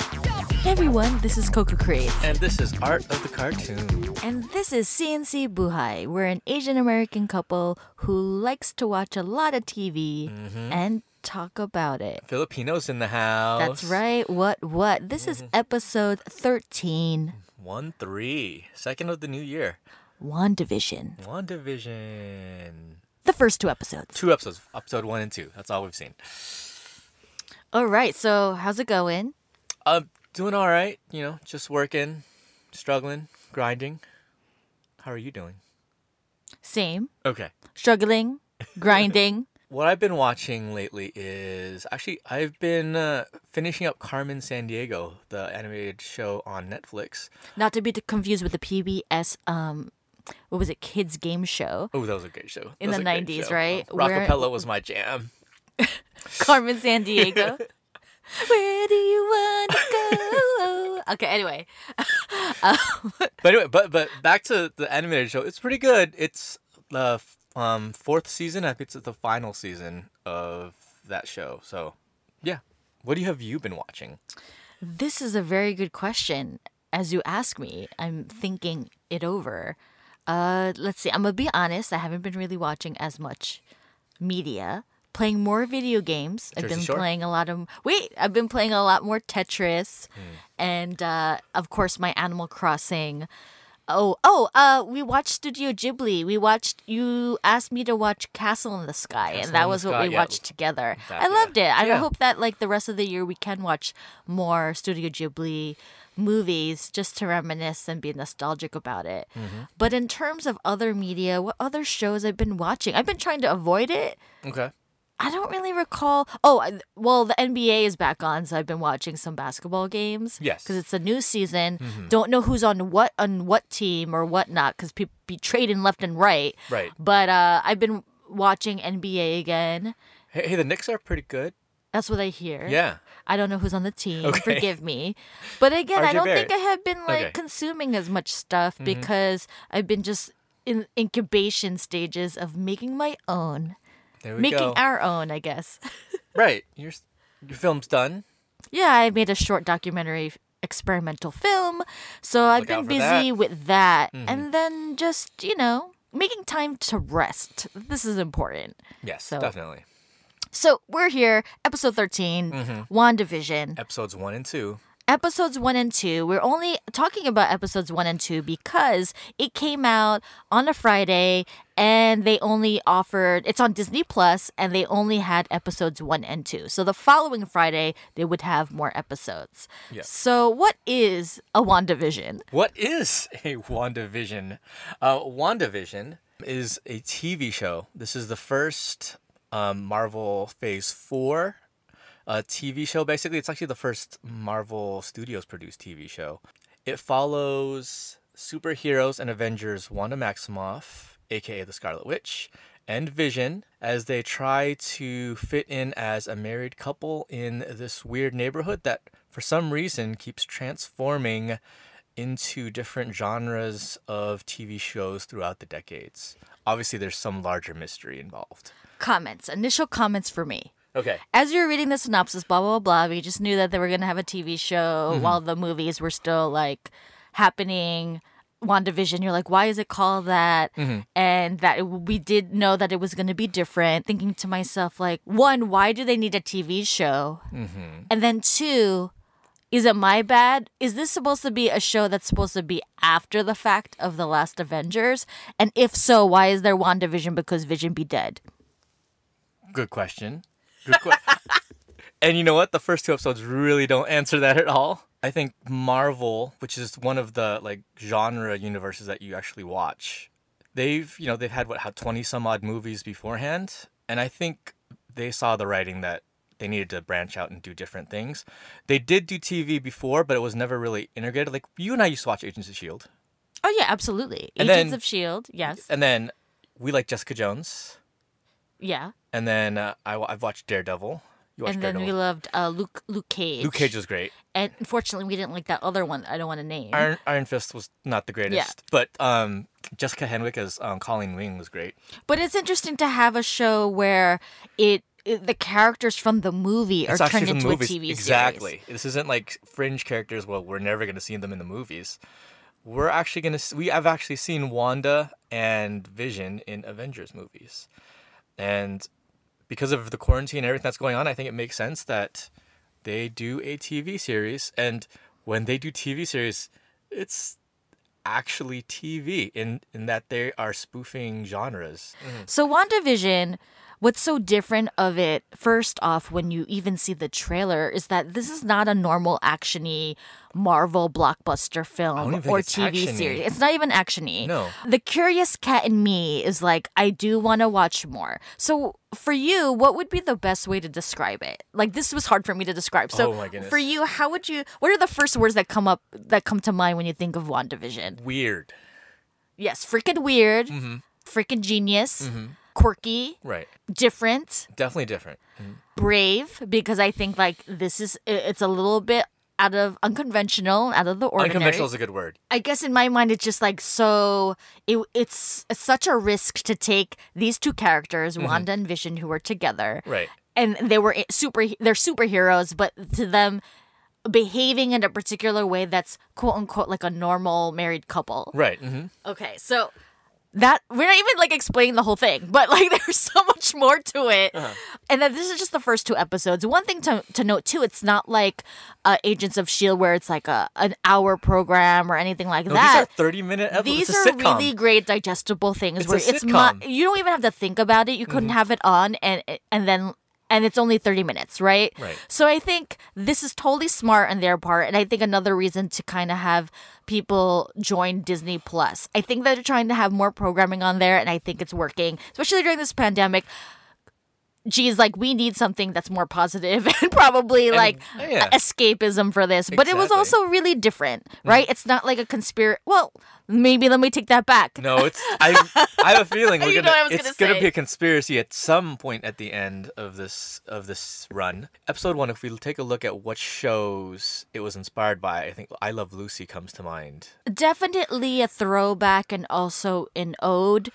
Hey everyone, this is Coco Creates, And this is Art of the Cartoon. and this is CNC Buhai. We're an Asian American couple who likes to watch a lot of TV and talk about it. Filipinos in the house. That's right, what, what? This is episode 13, 1 3. Second of the new year. WandaVision. One division. The first two episodes. Two episodes, episode one and two. That's all we've seen. All right, so how's it going? Um, doing all right. You know, just working, struggling, grinding. How are you doing? Same. Okay. Struggling, grinding. What I've been watching lately is actually I've been uh, finishing up Carmen San Diego, the animated show on Netflix. Not to be t- confused with the PBS, um, what was it, kids game show? Oh, that was a great show. That In was the a great 90s, show. right? Where- Rockapella was my jam. Carmen San Diego. Where do you want to go? Okay, anyway. But anyway, but but back to the animated show. It's pretty good. It's the f- um fourth season. I think it's the final season of that show. So, yeah. What do you have you been watching? This is a very good question. As you ask me, I'm thinking it over. Uh, let's see. I'm going to be honest. I haven't been really watching as much media. Playing more video games. I've Jersey been Shore? playing a lot of. Wait, I've been playing a lot more Tetris, Hmm. and uh, of course my Animal Crossing. Oh, oh, uh, we watched Studio Ghibli. We watched. You asked me to watch Castle in the Sky, Castle and that in the was what Sky, we yeah. watched together. I Exactly. loved it. I Yeah. hope that like the rest of the year we can watch more Studio Ghibli movies just to reminisce and be nostalgic about it. Mm-hmm. But in terms of other media, what other shows I've been watching? I've been trying to avoid it. Okay. I don't really recall. Oh, I- well, the NBA is back on, so I've been watching some basketball games. Yes. Mm-hmm. because it's a new season. Don't know who's on what on what team or whatnot because people be trading left and right. Right. But uh, I've been watching NBA again. Hey, hey the Knicks are pretty good. That's what I hear. Yeah. I don't know who's on the team. Okay. Forgive me. But again, I RJ don't Barrett. think I have been like Okay. Mm-hmm. consuming as much stuff because I've been just in incubation stages of making my own, There we making go. our own, I guess. right. Your s- your film's done. yeah, I made a short documentary f- experimental film. So I've Look out been for that. busy Mm-hmm. with that and then just, you know, making time to rest. This is important. Yes, So- definitely. So we're here, episode 13, Mm-hmm. WandaVision. Episodes 1 and 2. episodes one and two. We're only talking about episodes one and two because it came out on a Friday and they only offered it's on Disney Plus and they only had episodes one and two. So the following Friday they would have more episodes. Yeah. So what is a WandaVision? What is a WandaVision? Uh, WandaVision is a TV show. This is the first um, Marvel Phase 4 uh, TV show. Basically, it's actually the first Marvel Studios produced TV show. It follows superheroes and Avengers Wanda Maximoff, aka the Scarlet Witch, and Vision as they try to fit in as a married couple in this weird neighborhood that, for some reason, keeps transforming into different genres of TV shows throughout the decades. Obviously, there's some larger mystery involved. Comments. Initial comments for me. Okay. As you were reading the synopsis, blah blah blah, we just knew that they were gonna have a TV show while the movies were still like happening. WandaVision, you're like, why is it called that? And that it, we did know that it was going to be different. Thinking to myself, like, one, why do they need a TV show? And then two, is it my bad? Is this supposed to be a show that's supposed to be after the fact of The Last Avengers? And if so, why is there WandaVision because Vision be dead? Good question. Good question. and you know what? The first two episodes really don't answer that at all. I think Marvel, which is one of the like genre universes that you actually watch, they've you know they've had what how twenty some odd movies beforehand, and I think they saw the writing that they needed to branch out and do different things. They did do TV before, but it was never really integrated. Like you and I E used to watch Agents of Shield, Oh yeah, absolutely. And Agents then- of Shield, E yes, and then we like Jessica Jones, yeah. and then uh, I, I've watched Daredevil. You watched And then Daredevil. we loved uh, Luke Luke Cage. Luke Cage was great. And unfortunately, we didn't like that other one. That I don't want to name. Iron Iron Fist was not the greatest, but um, Jessica Henwick as um, Colleen Wing was great. But it's interesting to have a show where it the characters from the movie It's are actually turned from into movies. a TV series. exactly. This isn't like fringe characters. Well, we're never going to see them in the movies. We're actually going to. We have actually seen Wanda and Vision in Avengers movies, and because of the quarantine and everything that's going on, I think it makes sense that they do a TV series. And when they do TV series, it's actually TV in in that they are spoofing genres. So WandaVision, what's so different of it, first off, when you even see the trailer, is that this is not a normal actiony Marvel blockbuster film even think or it's TV action-y. series. It's not even actiony. No. The curious cat in me is like, I do want to watch more. So for you, what would be the best way to describe it? Like this was hard for me to describe. So Oh my goodness. for you, how would you what are the first words that come up that come to mind when you think of WandaVision? Weird, Yes, freaking weird, Mm-hmm. freaking genius, quirky right? different, Definitely different. brave, because I think like this is i- it's a little bit out of unconventional, out of the ordinary. Unconventional is a good word. I guess in my mind, it's just like so. It, it's such a risk to take these two characters, Wanda and Vision, who were together, Right. and they were i- super. They're superheroes, but to them. Behaving in a particular way that's quote unquote like a normal married couple. Right. hmm Okay, so that we're not even like explaining the whole thing, but like there's so much more to it. Uh-huh. And then this is just the first two episodes. One thing to, to note too, it's not like uh, Agents of Shield where it's like a an hour program or anything like These that. are 30 minute episodes. These It's a are sitcom. really great digestible things It's a where it's not sitcom. Mm-hmm. you don't even have to think about it. You couldn't have it on and and then and it's only 30 minutes, right? Right. So I think this is totally smart on their part and I think another reason to kind of have people join Disney Plus. I think they're trying to have more programming on there and I think it's working, especially during this pandemic. Geez, like we need something that's more positive and probably like yeah. escapism for this, but it was Exactly. also really different, Mm. right? It's not like a conspiracy. Well, maybe let me take that back. No, it's I. I have a feeling we're You gonna. know what I was it's gonna gonna say. be a conspiracy at some point at the end of this of this run. Episode one. If we take a look at what shows it was inspired by, I think I Love Lucy comes to mind. Definitely a throwback and also an ode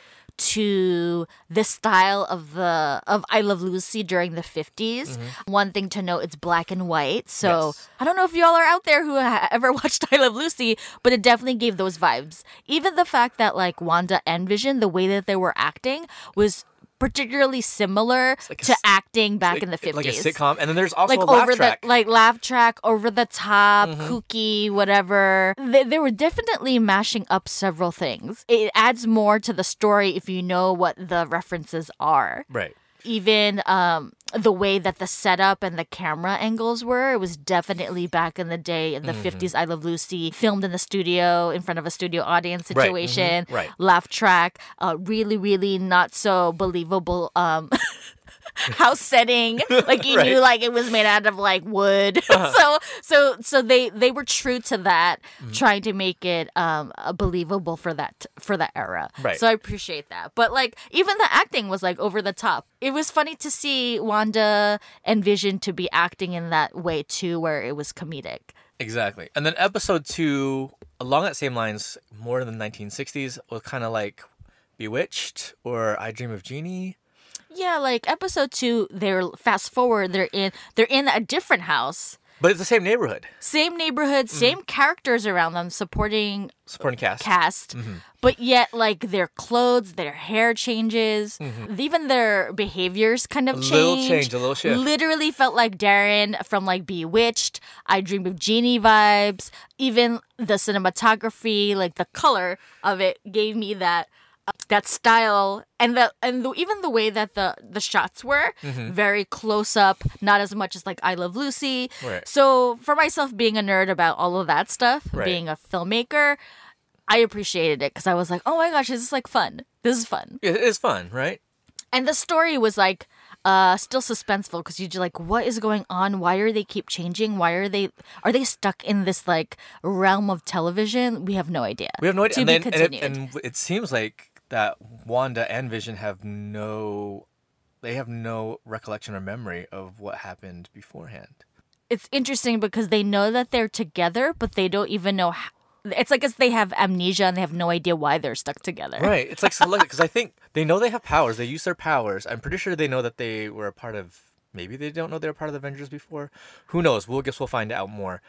to the style of the of I Love Lucy during the 50s. One thing to note, it's black and white. So Mm-hmm. Yes. I don't know if y'all are out there who ha- ever watched I Love Lucy, but it definitely gave those vibes. Even the fact that like Wanda and Vision, the way that they were acting was particularly similar like a to s- acting back in the 50s Like- Like a sitcom, and then there's also like a laugh over track. Mm-hmm. the like laugh track over the top kooky whatever they, they were definitely mashing up several things it adds more to the story if you know what the references are right. even um the way that the setup and the camera angles were it was definitely back in the day in the Mm-hmm. 50s i love lucy filmed in the studio in front of a studio audience mhm, situation right. laugh track uh, really really not so believable um house setting like you knew Right. like it was made out of like wood so so so they they were true to that trying to make it um uh, believable for that for that era Right. so I appreciate that. But like even the acting was like over the top. It was funny to see Wanda and Vision to be acting in that way too, where it was comedic. Exactly. And then episode two, along that same lines, more than 1960s, was kind of like Bewitched or I Dream of Jeannie. Yeah, like episode two, they're fast forward, they're in they're in a different house. But it's the same neighborhood. Same neighborhood, same characters around them, supporting Supporting cast. cast, Mm-hmm. but yet like their clothes, their hair changes, even their behaviors kind of Mm-hmm. A change. little change, a little shift. Literally felt like Darren from like Bewitched, I Dream of Jeannie vibes. Even the cinematography, like the color of it, gave me that that style and the and the, even the way that the the shots were Mm-hmm. very close up not as much as like i love lucy Right. so for myself being a nerd about all of that stuff Right. being a filmmaker i appreciated it because i was like oh my gosh this is like fun this is fun It is fun, right? and the story was like uh still suspenseful because you're just like what is going on why are they keep changing why are they are they stuck in this like realm of television we have no idea We have no idea. to and, be then, and, continued it, and it seems like that Wanda and Vision have no, they have no recollection or memory of what happened beforehand. it's interesting because they know that they're together, but they don't even know h- It's like as they have amnesia and they have no idea why they're stuck together. Right. It's like selective because I think they know they have powers. They use their powers. I'm pretty sure they know that they were a part of. Maybe they don't know they're part of the Avengers before. Who knows? We'll guess we'll find out more.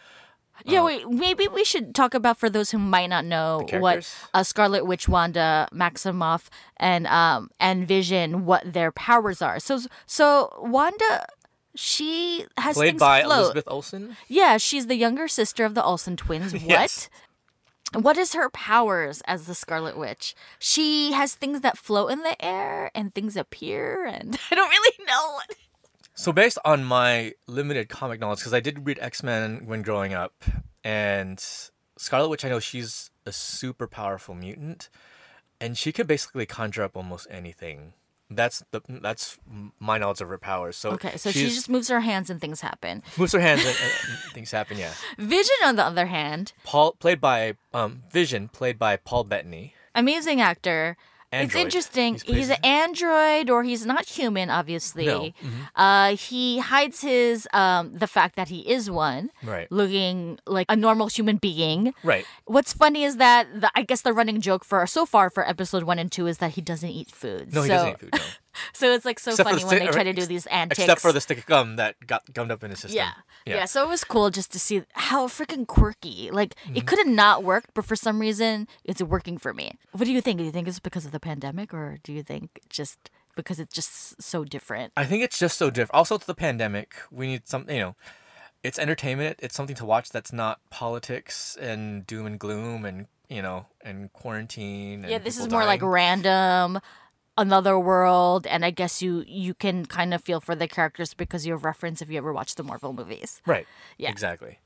Um, Yeah, wait, maybe we should talk about for those who might not know what characters? uh, Scarlet Witch, Wanda, Maximoff, and um and Vision what their powers are. So so Wanda, she has Played things by float. Elizabeth Olsen. Yeah, she's the younger sister of the Olsen twins. What? Yes. What is her powers as the Scarlet Witch? She has things that float in the air and things appear, and I don't really know. what- So based on my limited comic knowledge, because I did read X Men when growing up, and Scarlet Witch, I know she's a super powerful mutant, and she could basically conjure up almost anything. That's the that's my knowledge of her powers. So Okay, so she just moves her hands and things happen. moves her hands and, and things happen. Yeah, Vision, on the other hand, Paul played by um, Vision, played by Paul Bettany. amazing actor. It's Android. interesting. He's He's, plays- an android, or he's not human, obviously. No. Mm-hmm. Uh, he hides his um, the fact that he is one, Right. looking like a normal human being. Right. What's funny is that the, I guess the running joke for so far for episode one and two is that he doesn't eat food. No, so, he doesn't eat food. No. So it's like so Except for funny the when sti- they try to do these antics. Except for the stick of gum that got gummed up in his system. Yeah. yeah. So it was cool just to see how freaking quirky. Like it could have not worked, but for some reason it's working for me. What do you think? Do you think it's because of the pandemic, or do you think just because it's just so different? I think it's just so different. Also, it's the pandemic. We need something, you know, it's entertainment. It's something to watch that's not politics and doom and gloom and, you know, and quarantine. And Yeah, this is people more like dying. random, another world, and I guess you you can kind of feel for the characters because you have reference if you ever watch the Marvel movies. Right. Yeah. Exactly.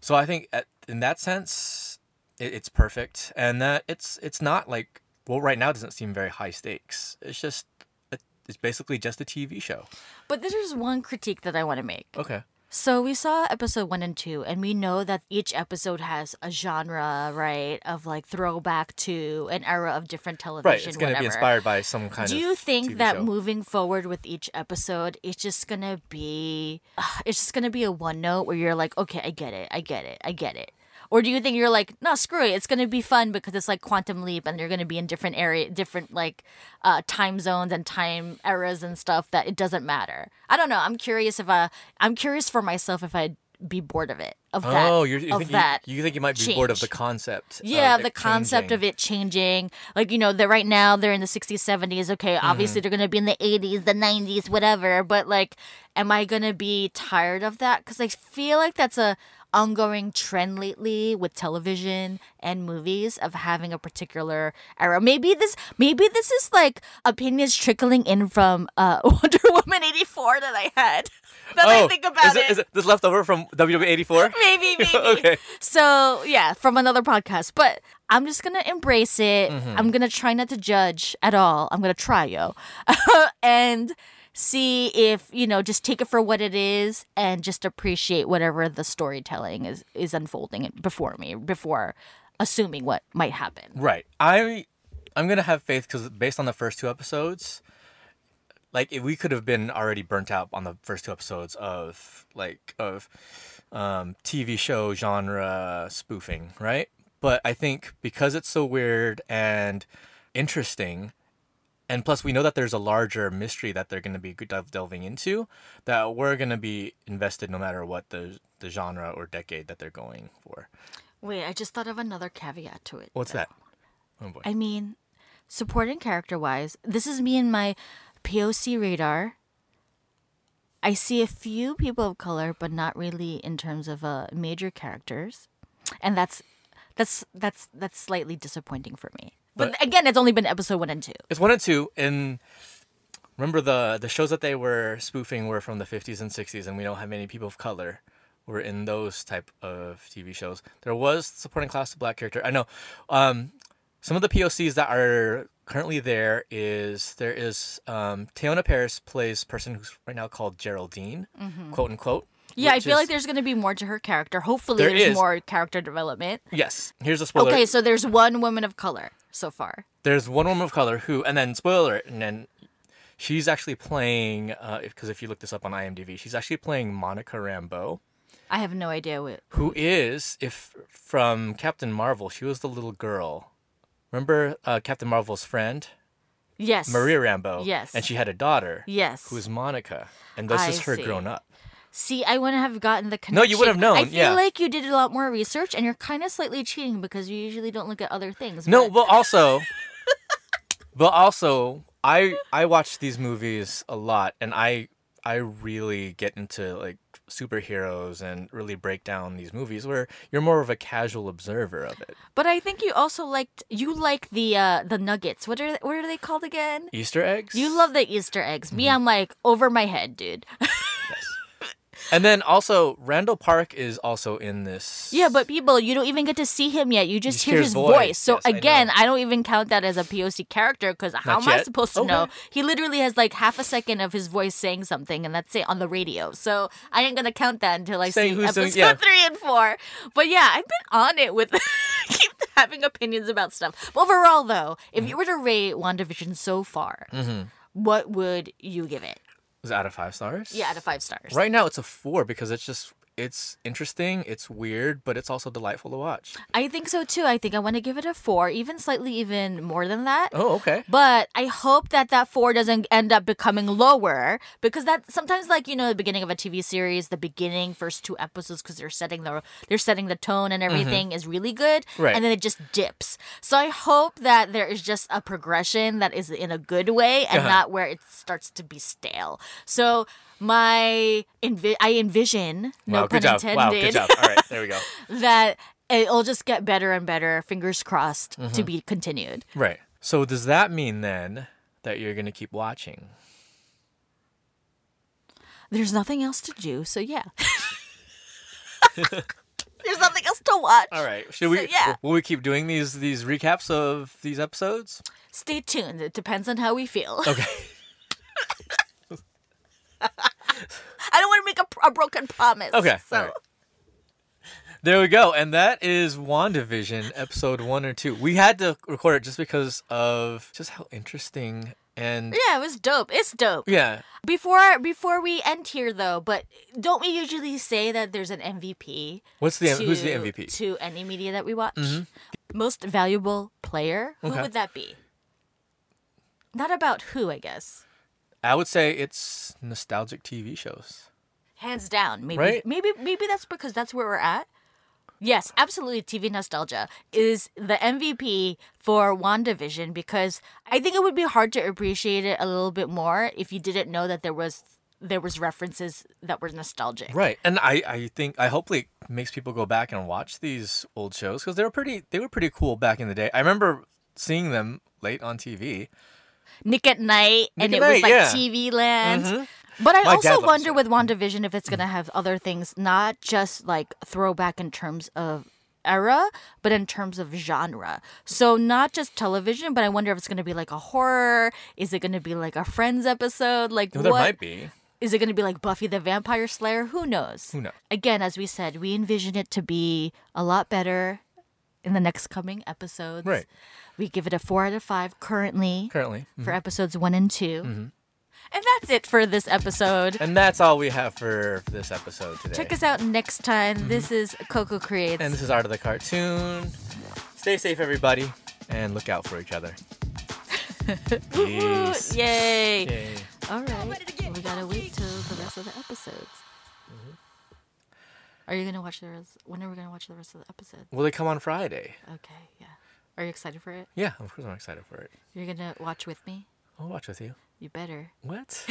So I think at, in that sense, it, it's perfect, and that it's it's not like well, right now it doesn't seem very high stakes. It's just it- it's basically just a TV show. But there's one critique that I want to make. Okay. So we saw episode one and two, and we know that each episode has a genre, right, of like throwback to an era of different television. Right. It's going to whatever. be inspired by some kind Do of. you think TV that show. moving forward with each episode, it's just gonna be, it's just gonna be a one note where you're like, okay, I get it, I get it, I get it, or do you think you're like, no, screw it, it's gonna be fun because it's like quantum leap and you're gonna be in different area, different like uh, time zones and time eras and stuff that it doesn't matter. I don't know. I'm curious if I, I'm curious for myself if I'd be bored of it of that Oh, you're, you of think that. You, you think you might be bored of the change. concept? Yeah, of the it concept changing. of it changing. Like, you know, that right now they're in the 60s, 70s. Okay, Mm-hmm. obviously they're going to be in the 80s, the 90s, whatever. But, like, am I going to be tired of that? Because I feel like that's a ongoing trend lately with television and movies of having a particular era maybe this maybe this is like opinions trickling in from uh wonder woman 84 that i had that i think about Oh, is it, is it this leftover from WWE '84? maybe, maybe. Okay. So yeah, from another podcast. But I'm just gonna embrace it. I'm gonna try not to judge at all. I'm gonna try, yo, and see if you know. Just take it for what it is, and just appreciate whatever the storytelling is is unfolding before me. Before assuming what might happen. Right. I I'm gonna have faith because based on the first two episodes, like if we could have been already burnt out on the first two episodes of like of um, TV show genre spoofing, right? But I think because it's so weird and interesting. And plus, we know that there's a larger mystery that they're going to be delve- delving into, that we're going to be invested no matter what the the genre or decade that they're going for. Wait, I just thought of another caveat to it. What's that? Oh, I mean, supporting character wise, this is me and my POC radar. I see a few people of color, but not really in terms of uh, major characters, and that's that's that's that's slightly disappointing for me. But, But- again, it's only been episode one and two. It's one and two, and remember the the shows that they were spoofing were from the fifties and sixties, and we don't have many people of color were in those type of TV shows. There was supporting class of black character. I know. Um, some of the POCs that are currently there is there is um, Tayona Paris plays person who's right now called Geraldine, quote unquote. Mm-hmm. Yeah, I which feel is- like there's going to be more to her character. Hopefully, There there's is. more character development. yes. Here's a spoiler. Okay, so there's one woman of color so far. there's one woman of color who, and then spoiler, alert, and then uh, she's actually playing because if you look this up on IMDb, she's actually playing Monica Rambeau, I have no idea what. who is if from Captain Marvel. She was the little girl. Remember uh, Captain Marvel's friend Yes. Maria Rambo? Yes. and she had a daughter. Yes. who is Monica, and this I is her see. grown up. See, I wouldn't have gotten the connection. No, you would have known, I feel yeah. like you did a lot more research, and you're kind of slightly cheating because you usually don't look at other things. No, but- but also, but also, I I watch these movies a lot, and I I really get into like superheroes and really break down these movies where you're more of a casual observer of it. but I think you also liked you like the uh the nuggets. What are what are they called again? Easter eggs. You love the Easter eggs. Me, Mm-hmm. I'm like over my head, dude. And then also, Randall Park is also in this. yeah, but people, you don't even get to see him yet. You just hear his voice. So Yes, I know. again, I, don't even count that as a POC character because how Not am I yet. supposed to Okay. know? He literally has like half a second of his voice saying something, and that's it on the radio. So I ain't gonna count that until I Saying see who's episode doing- yeah. three and four. But yeah, I've been on it with. keep having opinions about stuff. But overall, though, Mm-hmm. if you were to rate WandaVision so far, what would you give it? is it out of five stars. Yeah, out of five stars. Right now, it's a four because it's just it's interesting, it's weird, but it's also delightful to watch. I think so too. I think I want to give it a four, even slightly even more than that. Oh, okay. But I hope that that four doesn't end up becoming lower because that sometimes, like you know, the beginning of a TV series, the beginning first two episodes, because they're setting the they're setting the tone and everything is really good, Mm-hmm. Right. and then it just dips. So I hope that there is just a progression that is in a good way Uh-huh. and not where it starts to be stale. So my envi- I envision no wow, pun good job. intended Wow, good job. All right, there we go. that it'll just get better and better. Fingers crossed Mm-hmm. to be continued. Right. So does that mean then that you're gonna keep watching? There's nothing else to do, so yeah. There's nothing else to watch. All right. Should So, we? yeah. Will we keep doing these these recaps of these episodes? Stay tuned. It depends on how we feel. Okay. I don't want to make a, pr- a broken promise. Okay. So all right. There we go. And that is WandaVision episode one or two. We had to record it just because of just how interesting and yeah, it was dope. It's dope. yeah. Before before we end here though, but don't we usually say that there's an MVP? What's the M- who's the to- MVP? to any media that we watch? Most valuable player. Who Okay. would that be? Not about who, I guess. I would say it's nostalgic TV shows. hands down. Maybe Right? maybe maybe that's because that's where we're at. Yes, absolutely. TV nostalgia is the MVP for WandaVision because I think it would be hard to appreciate it a little bit more if you didn't know that there was there was references that were nostalgic. Right. And I I think I hopefully it makes people go back and watch these old shows because they were pretty they were pretty cool back in the day. I remember seeing them late on TV. Nick at Night, and Nick it at was Night, like yeah. Mm-hmm. TV Land. But I My dad also loves wonder it. with WandaVision if it's going to have other things, not just like throwback in terms of era, but in terms of genre. So not just television, but I wonder if it's going to be like a horror. Is it going to be like a Friends episode? Like Well, what? there might be. Is it going to be like Buffy the Vampire Slayer? Who knows? Who knows? Again, as we said, we envision it to be a lot better in the next coming episodes. Right. We give it a four out of five currently Currently. for episodes one and 2 And that's it for this episode. And Mm-hmm. that's all we have for this episode today. Check us out next time. This is Coco Creates. Mm-hmm. and this is Art of the Cartoon. Stay safe, everybody, and look out for each other. Woo, Peace. Yay. Yay. All right. We gotta wait till the rest of the episodes. Mm-hmm. Are you gonna watch the rest? When are we gonna watch the rest of the episode? Will they come on Friday? Okay, yeah. Are you excited for it? Yeah, of course I'm excited for it. You're gonna watch with me? I'll watch with you. You better. What?